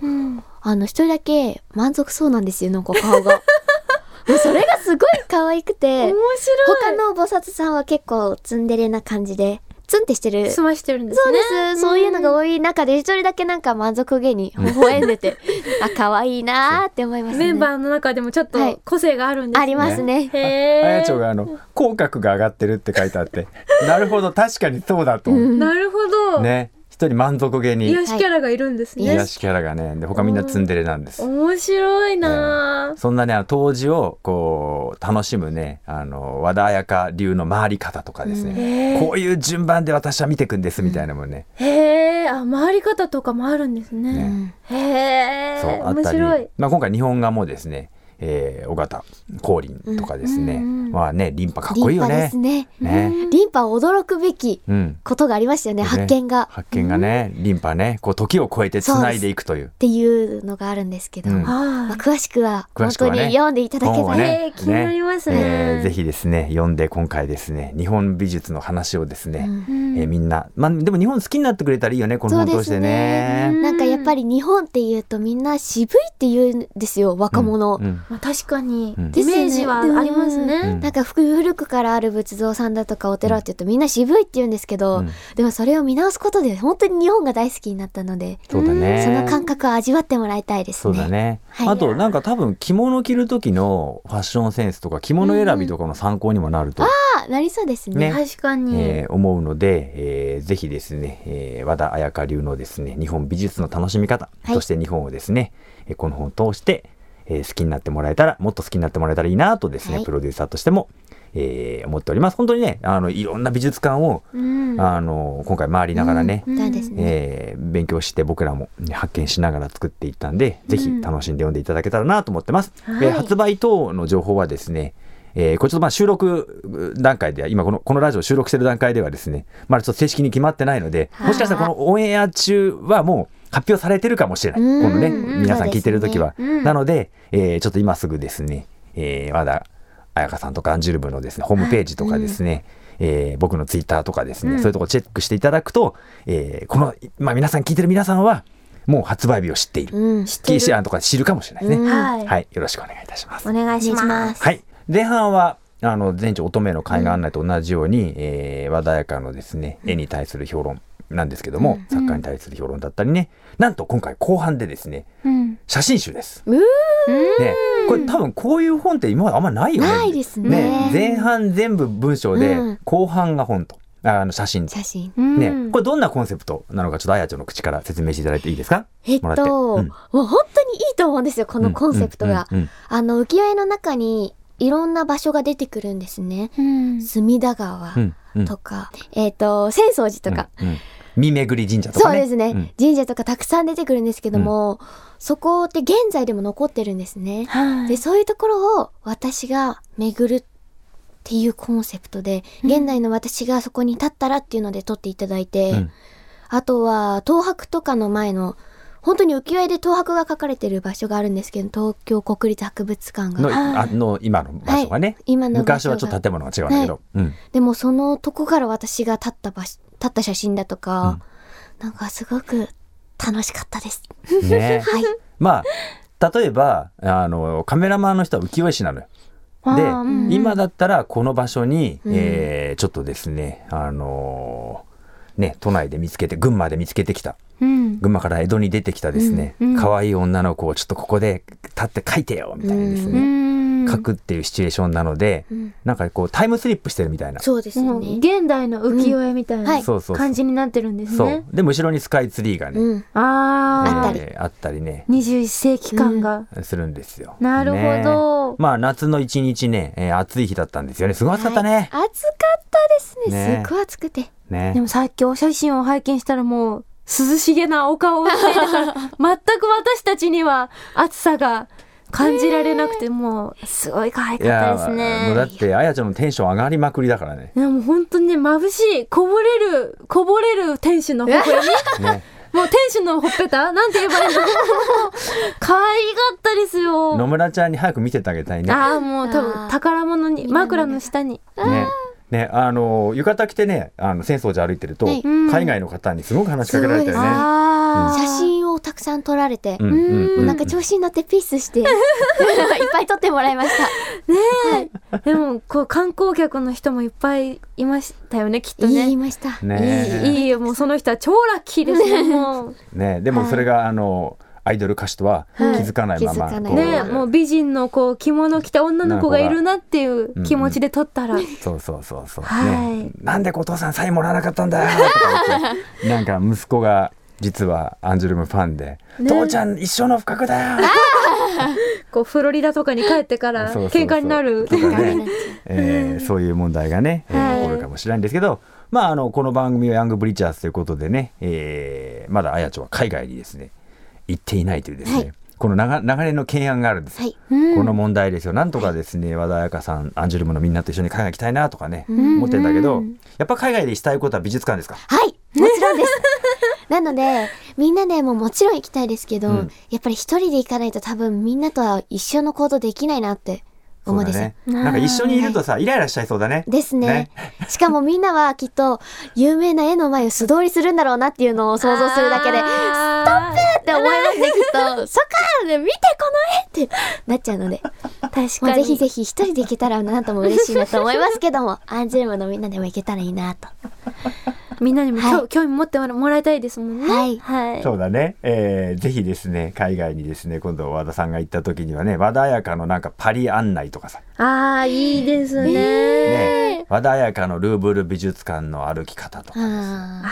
G: あの一人だけ満足そうなんですよなんか顔が もうそれがすごい可愛くて
E: 面白い
G: 他の菩薩さんは結構ツンデレな感じでツンってしてる
E: 済ましてるんです
G: そう
E: ね
G: です、そういうのが多い中で一人だけなんか満 足げに微笑んでてあ可愛いなーって思いますね
E: メンバーの中でもちょっ
G: はい
E: と個性があるんですね
G: ありますね
E: へ
D: あ
E: え
D: やちょがあの口角が上がってるって書いてあってなるほど確かにそうだと思う
E: なるほど、
D: ね一人満足げに
E: 癒しキャラがいるんですね、
D: 癒しキャラがねで他みんなツンデレなんです
E: 面白いなあ、
D: そんなねあの当時をこう楽しむねあの和田彩香流の回り方とかですね、こういう順番で私は見ていくんですみたいなのもね,、
E: へえあ回り方とかもあるんですね
D: ね
E: へえ
D: そうあっ
E: 面
D: たり、
E: 白い
D: まあ、今回日本画もですね、えー、尾形光琳とかですね、まあねリンパかっこいい
G: リン
D: よ
G: パで
D: ね
G: す。ね
D: ね
G: リンパ驚くべき
D: うん
G: ことがありましたよね、発見がっ
D: 発見がね、リンパねこう時を超えてつないでいくという
G: ていうのがあるんですけど、
D: うん
G: まあ、詳しくは
D: 詳
G: 本
D: しく
G: 当
D: はね
G: に読んでいただけ
D: 本
G: た
D: を
G: ら、
D: ね
E: えー気になりますね
D: えーぜひですね読んで今回ですね日本美術の話をですね、えーみんなまあでも日本好きになってくれたらいいよねこの本を通してね。
G: なんかやっぱり日本っていうとみんな渋いって言うんですよ若者、
D: うん
E: まあ、確か
D: ん
E: に、イメージはありますね、
D: うん
G: なんか古くからある仏像さんだとかお寺って言うとみんな渋いって言うんですけど、
D: うん
G: でもそれを見直すことで本当に日本が大好きになったので、
D: そうだね。
G: その感覚を味わってもらいたいです
D: そ
G: ね。
D: うだね。
G: はい
D: あとなんか多分着物着る時のファッションセンスとか着物選びとかの参考にもなると、
G: あなりそうですね。
D: ね
E: 確かに、
D: えー思うので、えーぜひですね、えー和田彩香流のですね日本美術の楽しみ方、
G: はい
D: そして日本をですね、えーこの本を通して、えー好きになってもらえたらもっと好きになってもらえたらいいなとですね、
G: はい
D: プロデューサーとしても、えー思っております本当にねあのいろんな美術館を、あの今回回りながらね、
G: そうですね。
D: えー勉強して僕らも発見しながら作っていったんで、ぜひ楽しんで読んでいただけたらなと思ってます。えー発売等の情報はですね、えーこれちょっとまあ収録段階では、今このこのラジオ収録してる段階ではですね、まだちょっと正式に決まってないので、もしかしたらこのオンエア中はもう発表されてるかもしれない。
G: うん
D: このね、
G: うん
D: 皆さん聞いてる時は。
G: そうですねうん
D: なので、えーちょっと今すぐですね、えー和田彩香さんとかアンジュルムのですね、ホームページとかですね、えー僕のツイッターとかですね、そういうとこチェックしていただくと、えーこの、まあ、皆さん聞いてる皆さんは、もう発売日を知っている。
G: うん。
D: 知っている。とか知るかもしれないですね。
E: はい
D: はい。よろしくお願いいたします
C: お。願いします。
D: はい。前半は、あの、全長乙女の海岸案内と同じように、えー和田彩香のですね、絵に対する評論なんですけども、作家に対する評論だったりね、なんと今回後半でですね、写真集です。
G: うーん
D: ね、これ多分こういう本って今まであんまないよね。
G: ないですね
D: 前半全部文章で、
G: うん
D: 後半が本と、ああの写真と。
G: 写真。
D: ね、これどんなコンセプトなのかちょっとあやちゃんの口から説明していただいていいですか
G: えっと、
D: もらってうん
G: もう本当にいいと思うんですよ、このコンセプトが。
D: うんうんうん
G: あの、浮世絵の中にいろんな場所が出てくるんですね。隅田川
D: うんうん
G: とか、えっ、と、浅草寺とか、
D: うんうん見巡り神社と
G: そ
D: か
G: う
D: ね。
G: ですね、
D: ん
G: 神社とかたくさん出てくるんですけども、そこって現在でも残ってるんですね、でそういうところを私が巡るっていうコンセプトで、現代の私がそこに立ったらっていうので撮っていただいて、
D: うん
G: あとは東博とかの前の本当に浮世絵で東博が描かれてる場所があるんですけど東京国立博物館が
D: のあの今の場所がね、
G: はい今の場
D: 昔
G: 所が
D: はちょっと建物が違うんだけど、
G: は
D: うん、
G: でもそのとこから私が立った場所立った写真だとか、なんかすごく楽しかったです。
D: ね
G: はい。
D: まあ例えばあのカメラマンの人は浮世絵師なのよ。で、今だったらこの場所に、えーちょっとですねあのーね都内で見つけて群馬で見つけてきた、群馬から江戸に出てきたですね可愛、い女の子をちょっとここで立って描いてよみたいなですね、描くっていうシチュエーションなので、なんかこうタイムスリップしてるみたいな。
G: そうです
E: もう
G: ね。
E: 現代の浮世絵みたい
G: うんは
E: ない
D: そうそうそう
E: 感じになってるんです
D: そ
E: ね
D: う。でも後ろにスカイツリーがね、
G: うん。
E: あ
G: あったり
D: えーあったりね
E: あ、21世紀感が。
D: するんですよ。
E: なるほど
D: ねまあ夏の一日ね、えー暑い日だったんですよね。すごい暑かったね。
G: はい暑かったですね。
D: ね
G: すっごい暑くて。
D: ね
E: でもさっきお写真を拝見したらもう涼しげなお顔をしていたから 全く私たちには暑さが感じられなくてもうすごい可愛
D: い
E: かったです
D: もうだ
E: ね。
D: ってあやちゃんのテンション上がりまくりだからね。
E: いやもう本当にね眩しいこぼれるこぼれる天使のほっぺた
D: ね
E: もう天使のほっぺたなんて言えばいいの可愛かったですよ。
D: 野村ちゃんに早く見ててあげたいね。
E: ああもう多
G: あー
E: 分宝物に
G: 見なが
E: 枕
G: ら
E: の下に
D: ね。ね、あの浴衣着てねあの浅草寺歩いてると、
G: はい
D: 海外の方にすごく話しかけられたよね。
C: あー
G: 写真をたくさん撮られて、
D: うんうんうん
G: なんか調子に乗ってピースして いっぱい撮ってもらいました
E: でもこう観光客の人もいっぱいいましたよねきっと
G: 言い
E: ね。
G: ました
D: ね
E: いいいいもうその人は超ラッキーですねもう。
D: ねでもそれが、あのアイドル歌手とは気づかないまま、
G: はい気づかない
D: こう
E: ねもう美人のこう着物着た女の子がいるなっていう気持ちで撮ったら、
D: そうそうそうそう、
E: はい
D: ね、なんでお父さんサインもらわなかったんだよ とか言ってなんか息子が実はアンジュルムファンで、父ちゃん一生の不覚 だよ
E: こうフロリダとかに帰ってから
D: そうそうそう
E: 喧嘩になる
D: とかね、えーそういう問題がね、えー起こるかもしれないんですけど、まあ、あのこの番組はヤングブリッジャーズということでね、えーまだあやちょは海外にですね行っていないというですね、
G: はい
D: この長長年の懸案があるんです、
G: はい
D: この問題ですよなんとかですね和田彩香さんアンジュルムのみんなと一緒に海外行きたいなとかね、思ってんだけどやっぱ海外でしたいことは美術館ですか
G: はいもちろんです なのでみんなでももちろん行きたいですけど、
D: うん
G: やっぱり一人で行かないと多分みんなとは一緒の行動できないなって
D: そ
G: 思
D: う
G: う
D: ん
G: で
D: だ
G: す、
D: ねなんか一緒にいるとさイライラしちゃいそうだね
G: ですね
D: ね
G: しかもみんなはきっと有名な絵の前を素通りするんだろうなっていうのを想像するだけで
E: ストップ
G: って思いますねきっと そっかで見てこの絵ってなっちゃうので
E: 確
G: もう
E: か
G: ぜ
E: に
G: ひぜひ一人で行けたらなんとも嬉しいなと思いますけど もアンジュルムのみんなでも行けたらいいなと
E: みんなにも、
G: はい
E: 興興味持ってもらいたいですもんね。
G: はい
E: はい
D: そうだね、えー、ぜひですね海外にですね今度和田さんが行った時にはね和田彩香のなんかパリ案内とかさ、
E: ああいいですね。
D: ね、和田彩香のルーブル美術館の歩き方とか、
G: あ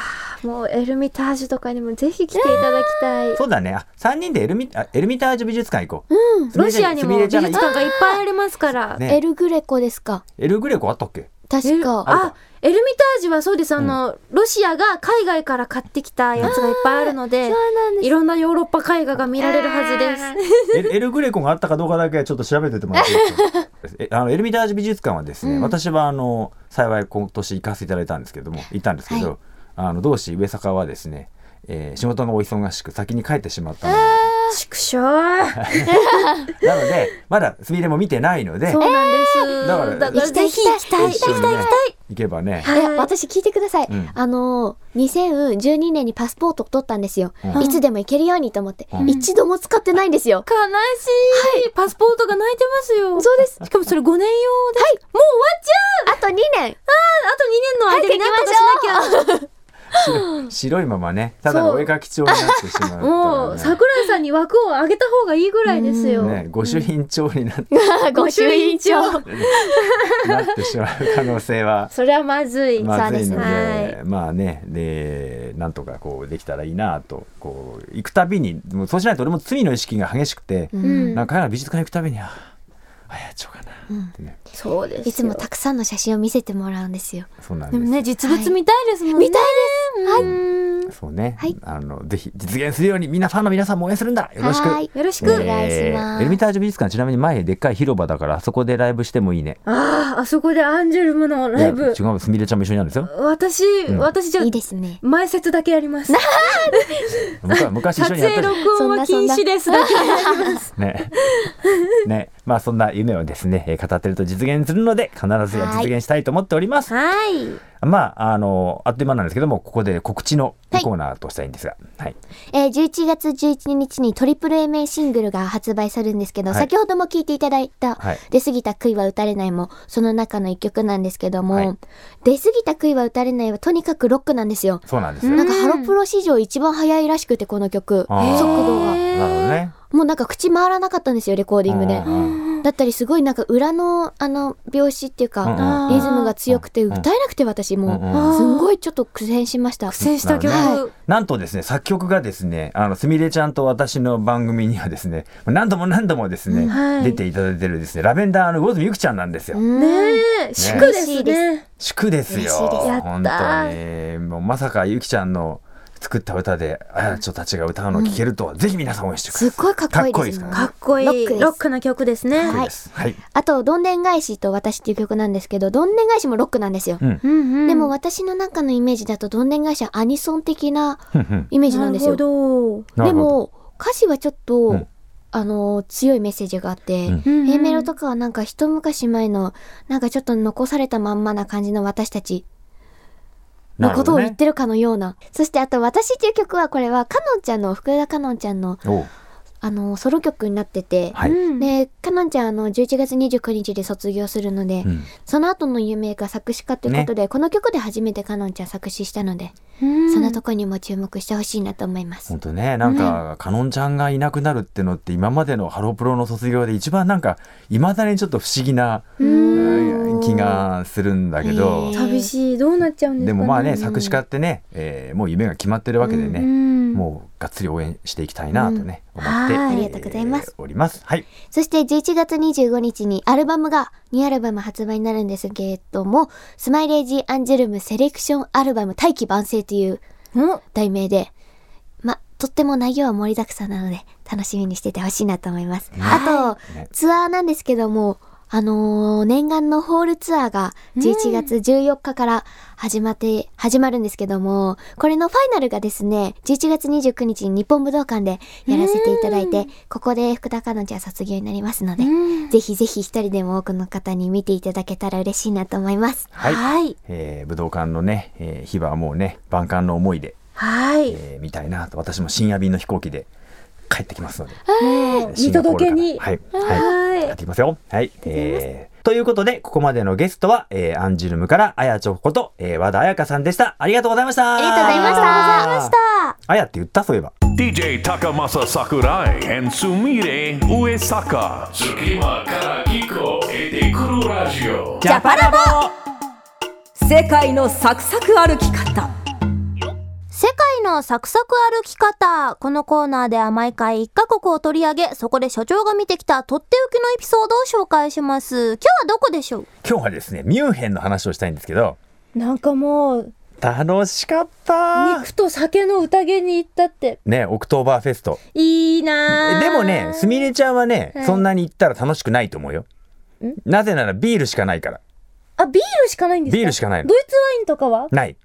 E: もうエルミタージュとかにもぜひ来ていただきたい。
D: そうだねあ3人でエルミあエルミタージュ美術館行こう、すみ
E: ロ
D: れち
E: シ
D: ゃ
E: ア
D: ん
E: に
D: す
E: も
D: み
E: 美
D: れちゃ
E: 術
D: んが行っ
E: 館がいっぱいありますから。
G: ー
D: ね
G: エルグレコですか
D: エルグレコあったっけ
E: エ
G: 確
E: ル
G: か
E: あエルミタージュはそうですあの、ロシアが海外から買ってきたやつがいっぱいあるので
G: なん
E: いろんなヨーロッパ絵画が見られるはずです。
D: エルエルグレコがあったかどうかだけちょっと調べててもらっていい ですかえあのエルミタージュ美術館はですね、私はあの幸い今年行かせていただいたんですけども行ったんですけど、
G: は
D: あの同志上坂はですね、えー仕事がお忙しく先に帰ってしまったの
E: 縮小そう
D: でなのでまだすみれも見てないので
E: なんです。
D: だから
E: ぜひ行きたい。
D: 一緒にね行けばね
G: いや私聞いてください、
D: うん
G: あのー2012年にパスポート取ったんですよ、
D: うん
G: いつでも行けるようにと思って、
D: うん
G: 一度も使ってないんですよ、
E: 悲しい、パスポートが泣いてますよ。
G: そうです
E: しかもそれ5年用で。はい。もう終わっちゃう
G: あと2年
E: あと2年の間に何とかしなきゃ。
D: 白白いままねただのお絵描き帳になってしまうってい
E: もう、
D: ね
E: 桜井さんに枠をあげた方がいいぐらいですよ。
D: ねご主人帳になっ
G: ご主人帳
D: なってしまう可能性は
E: それはまずい。
D: まずいので、
E: はい
D: まあねでなんとかこうできたらいいなとこう行くたびにもうそうしないと俺も罪の意識が激しくて、
E: うん
D: なんか海外美術館行くたびにああやっちゃおうかなってね、
E: そうですよ。
G: いつもたくさんの写真を見せてもらうんですよ
D: そうなん
E: で
D: で
E: も
D: す、
E: ね、実物見たいですもんね。
G: 見たい
E: です。は
D: そうね、
G: はい
D: あのぜひ実現するようにみんなファンの皆さんも応援するんだよろしく
G: はい
E: い。よろしく。
G: お願いします
D: えーエルミタージュ美術館ちなみに前でっかい広場だからあそこでライブしてもいいね
E: ああ、あそこでアンジュルムのライ
D: いや
E: ブ。
D: 違うすみれちゃんも一緒になるんですよ
E: 私、
D: ん
E: 私じゃ
G: いいですね
E: 前説だけやります。
D: 昔昔一
E: 撮
D: 緒にやった
E: 影
D: じゃん
E: 録音は禁止ですだけやります。
D: ね。ね。まあそんな夢をですね、えー語ってると実現するので、必ずや実現したいと思っており ます。
E: はい。
D: まあ、あの、あっという間なんですけども、ここで告知のコーナーとしたいんですが、はい。
G: えー、11月11日にトリプル A 面シングルが発売されるんですけど、
D: はい
G: 先ほども聞いていただいた、
D: はい
G: 出過ぎた悔いは打たれないも、その中の一曲なんですけども、
D: はい
G: 出過ぎた悔いは打たれないはとにかくロックなんですよ。
D: そうなんですよ。
G: なんかハロプロ史上一番早いらしくて、この曲。
D: あー
G: 速度が。
D: なるほどね。
G: もうなんか口回らなかったんですよ、レコーディングで
D: う。ん
G: だったりすごいなんか裏のあの拍子っていうか、
E: うんうん
G: リズムが強くて
D: うん
G: 歌えなくて私も
D: うん
E: うん
G: う、すんごいちょっと苦戦しました。
E: 苦戦した曲。
D: な
G: るほ
D: なんとですね、作曲がですね、あの、すみれちゃんと私の番組にはですね、何度も何度もですね、
E: はい
D: 出ていただいてるですね、ラベンダーの魚住ゆきちゃんなんですよ。
G: うん
E: ねえ、祝ですね。
D: 祝ですよ。
G: 嬉しいです
E: やった
D: 本当にもうまさかゆきちゃんの作った歌であやちょたちが歌うのを聴けるとは、ぜひ皆さん応援してくださ
G: す
D: い。
G: っごいかっこいい
D: かっこいい
G: で
D: ですすからね
G: もんね
E: かっこいい。
G: ロックです
E: ロックな曲ですね。
D: そう
G: はい
D: です。はい。
G: あと、どんでん返しと私っていう曲なんですけど、どんでん返しもロックなんですよ。
D: うん
E: うんうん
G: でも私の中のイメージだと、どんでん返しはアニソン的な
D: ふんふん
G: イメージなんですよ。
E: なるほど。
D: な
G: で
D: るほど
G: も、歌詞はちょっと、
D: うん
G: あの、強いメッセージがあって、
D: うん
E: うんうん
G: A メロとかはなんか一昔前の、なんかちょっと残されたまんまな感じの私たちのことを言ってるかのような。そしてあと、私っていう曲は、これは、かのんちゃんの、福田かのんちゃんの、
D: おう
G: あの、ソロ曲になってて、
D: はい、
G: で、かのんちゃん、あの、11月29日で卒業するので、
D: うん
G: その後の夢が作詞家ということで、この曲で初めてかのんちゃん作詞したので、そんなとこにも注目してほしいなと思います。
D: 本当ねなんか、かのんちゃんがいなくなるってのって今までのハロプロの卒業で一番なんかいまだにちょっと不思議なうん気がするんだけど、
G: へー
E: 寂しいどうなっちゃうんですか
D: でもまあね作詞家ってね、えーもう夢が決まってるわけでね、
E: うん
D: もうがっつり応援していきたいなとね、思って、
G: はい
D: えー
G: ありがとうございます
D: おりますはい
G: そして11月25日にアルバムが2アルバム発売になるんですけれども、スマイレージ・アンジェルム・セレクション・アルバム大器晩成という題名で、ま、とっても内容は盛りだくさんなので、楽しみにしててほしいなと思います。あと、
D: ね
G: ツアーなんですけども、あのー念願のホールツアーが11月14日から始まって、始まるんですけども、これのファイナルがですね、11月29日に日本武道館でやらせていただいて、ここで福田かのちゃん卒業になりますので、ぜひぜひ一人でも多くの方に見ていただけたら嬉しいなと思います。
D: はい、
C: はい
D: えー武道館のね、えー、日はもうね万感の思いで、
E: はい
D: えー見たいなと私も深夜便の飛行機で帰ってきますので
E: 見届けに
D: はい、はい、やっていきますよ。はい、えー、ということで、ここまでのゲストは、えー、アンジュルムから、あやちょこと、えー、和田彩香さんでした。ありがとうございました。あり
G: がとうございました
D: ありがとうございました。あやって言ったそういえば。
B: DJ Takamasa Sakurai and Sumire Uesaka.
A: 隙間から聞こえてくるラジオ
H: ジャパラボ世界のサクサク歩き方
C: 世界のサクサク歩き方。このコーナーでは毎回一カ国を取り上げ、そこで所長が見てきたとっておきのエピソードを紹介します。今日はどこでしょう
D: 今日はですね、ミュンヘンの話をしたいんですけど、
E: なんかもう
D: 楽しかった
E: 肉と酒の宴に行ったって
D: ね、オクトーバーフェスト。
E: いいな
D: え
E: あ
D: でもね、すみれちゃんはね、そんなに行ったら楽しくないと思うよ。なぜならビールしかないから。
E: あビールしかないんですか
D: ビールしかないの
E: ドイツワインとかは
D: ない。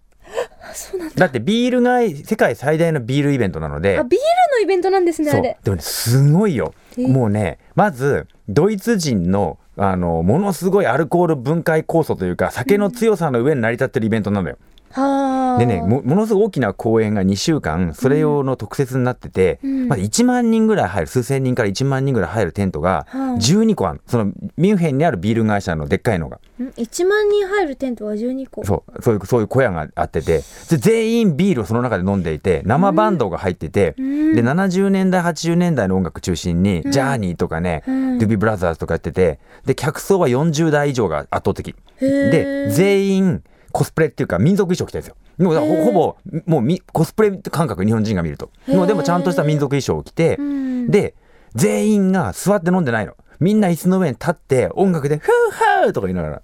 D: だってビールが世界最大のビールイベントなので。
E: あビールのイベントなんですね
D: そ
E: あ
D: う
E: れ
D: でもねすごいよもうねまずドイツ人のあのものすごいアルコール分解酵素というか酒の強さの上に成り立ってるイベントなのよ。
E: はあ
D: でねもものすごい大きな公演が2週間それ用の特設になってて、まず1万人ぐらい入る数千人から1万人ぐらい入るテントが12個あるそのミュンヘンにあるビール会社のでっかいのが
E: ん1万人入るテントは12個
D: そうそういうそういう小屋があっててで全員ビールをその中で飲んでいて生バンドが入ってて、で70年代80年代の音楽中心に、ジャーニーとかね、ドゥビー・ブラザーズとかやっててで客層は40代以上が圧倒的で全員コスプレっていうか民族衣装着てるんですよ。もうだからほほぼもうみコスプレ感覚日本人が見るともうでもちゃんとした民族衣装を着て、で全員が座って飲んでないのみんな椅子の上に立って音楽で「フーハー!」とか言いながら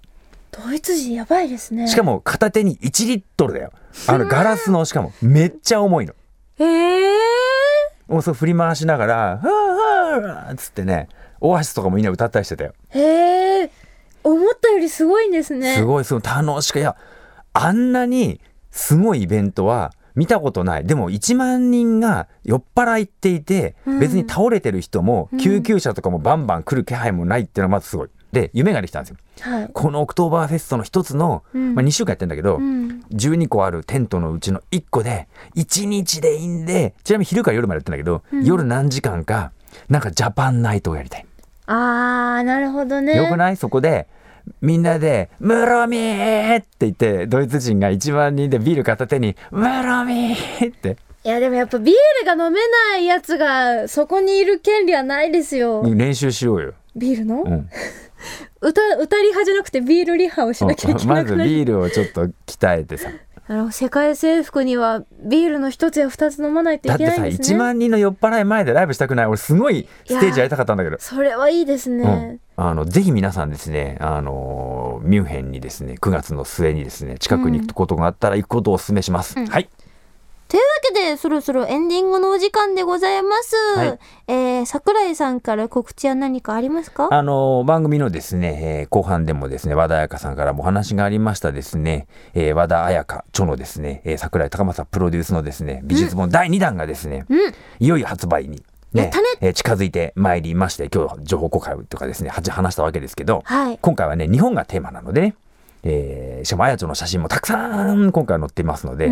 E: ドイツ人やばいですね
D: しかも片手に1リットルだよ。あのガラスのしかもめっちゃ重いの。
E: へえ
D: もうそう振り回しながら「ふーふー」っつってねオアシスとかもみんな歌ったりしてたよ。
E: へえ思ったよりすごいんですね
D: すごいすごい楽しくいやあんなにすごいイベントは見たことないでも1万人が酔っ払いっていて、別に倒れてる人も救急車とかもバンバン来る気配もないっていうのがまずすごい。で夢ができたんですよ。
E: はい
D: このオクトーバーフェストの一つの、まあ、2週間やってんだけど、12個あるテントのうちの1個で1日でいいんでちなみに昼から夜までやってんだけど、夜何時間かなんかジャパンナイトをやりたい。
E: あーなるほどね
D: よくないそこでみんなで「ムロミー!」って言ってドイツ人が1万人でビール片手に「ムロミー!」って、
E: いやでもやっぱビールが飲めないやつがそこにいる権利はないですよ、
D: 練習しようよ。
E: ビールの、
D: ん
E: 歌歌リハじゃなくてビールリハをしなきゃい け
D: ま
E: なく
D: ず
E: なる、
D: ビールをちょっと鍛えてさ。
E: あの世界征服にはビールの一つや二つ飲まないと
D: だっ
E: いけ
D: て
E: ない
D: さ、
E: んです
D: 1
E: ね
D: 万人の酔っ払い前でライブしたくない。俺すごいステージやりたかったんだけど。
E: それはいいですね、
D: うん、あのぜひ皆さんですね、あのーミュンヘンにですね9月の末にですね近くに行くことがあったら行くことをお勧めします、はい
C: というわけで、そろそろエンディングのお時間でございます。
D: はい
C: えー、桜井さんから告知は何かありますか
D: あの番組のですね、えー後半でもですね和田彩香さんからもお話がありましたですね、えー和田彩香著のですね、えー、桜井高政プロデュースのですね美術本第2弾がですね、いよいよ発売にね
C: たね
D: えー近づいてまいりまして今日情報公開とかですねはじ話したわけですけど、
C: はい
D: 今回はね日本がテーマなのでね、えーしかもあやちょの写真もたくさん今回載っていますので、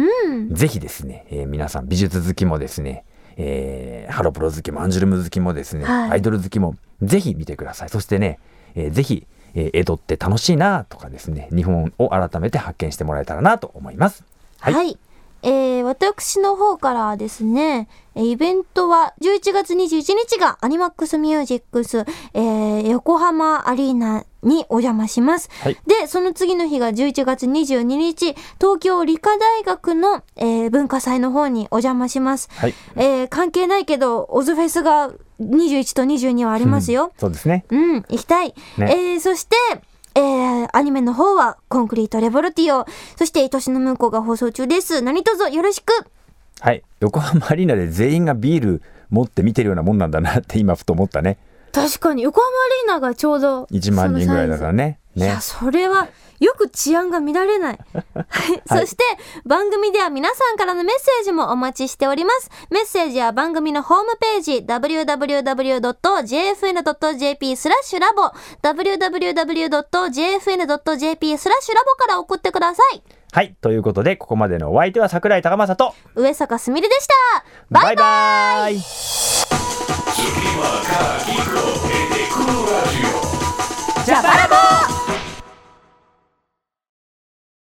D: ぜひですね、えー皆さん美術好きもですね、えーハロプロ好きもアンジュルム好きもですね、
C: はい
D: アイドル好きもぜひ見てくださいそしてね、えーぜひ、えー江戸って楽しいなとかですね日本を改めて発見してもらえたらなと思います。
C: はい、えー私の方からはですね、えーイベントは11月21日がアニマックスミュージックス、えー横浜アリーナにお邪魔します。
D: はい
C: で、その次の日が11月22日、東京理科大学の、えー文化祭の方にお邪魔します。
D: はい
C: えー関係ないけど、オズフェスが21と22はありますよ。
D: そうですね
C: うん、行きたい。
D: ね
C: えー、そして、えー、アニメの方は、コンクリートレボルティオ。そして、愛しの向こうが放送中です。何卒よろしく。
D: はい、横浜アリーナで全員がビール持って見てるようなもんなんだなって今ふと思ったね
E: 確かに横浜アリーナがちょうど
D: 1万人ぐらいだから
E: ね
D: ね
E: い
D: ね
E: やそれはよく治安が乱れない
C: そして、番組では皆さんからのメッセージもお待ちしております。メッセージは番組のホームページ、www.jfn.jp スラッシュラボ、www.jfn.jp スラッシュラボから送ってください。
D: はいということでここまでのお相手は桜井高政と
C: 上坂すみれでした。バイバイ
D: バイバイ
A: Tsukima Kakiko et des Cool Radio.
H: ジャパラボ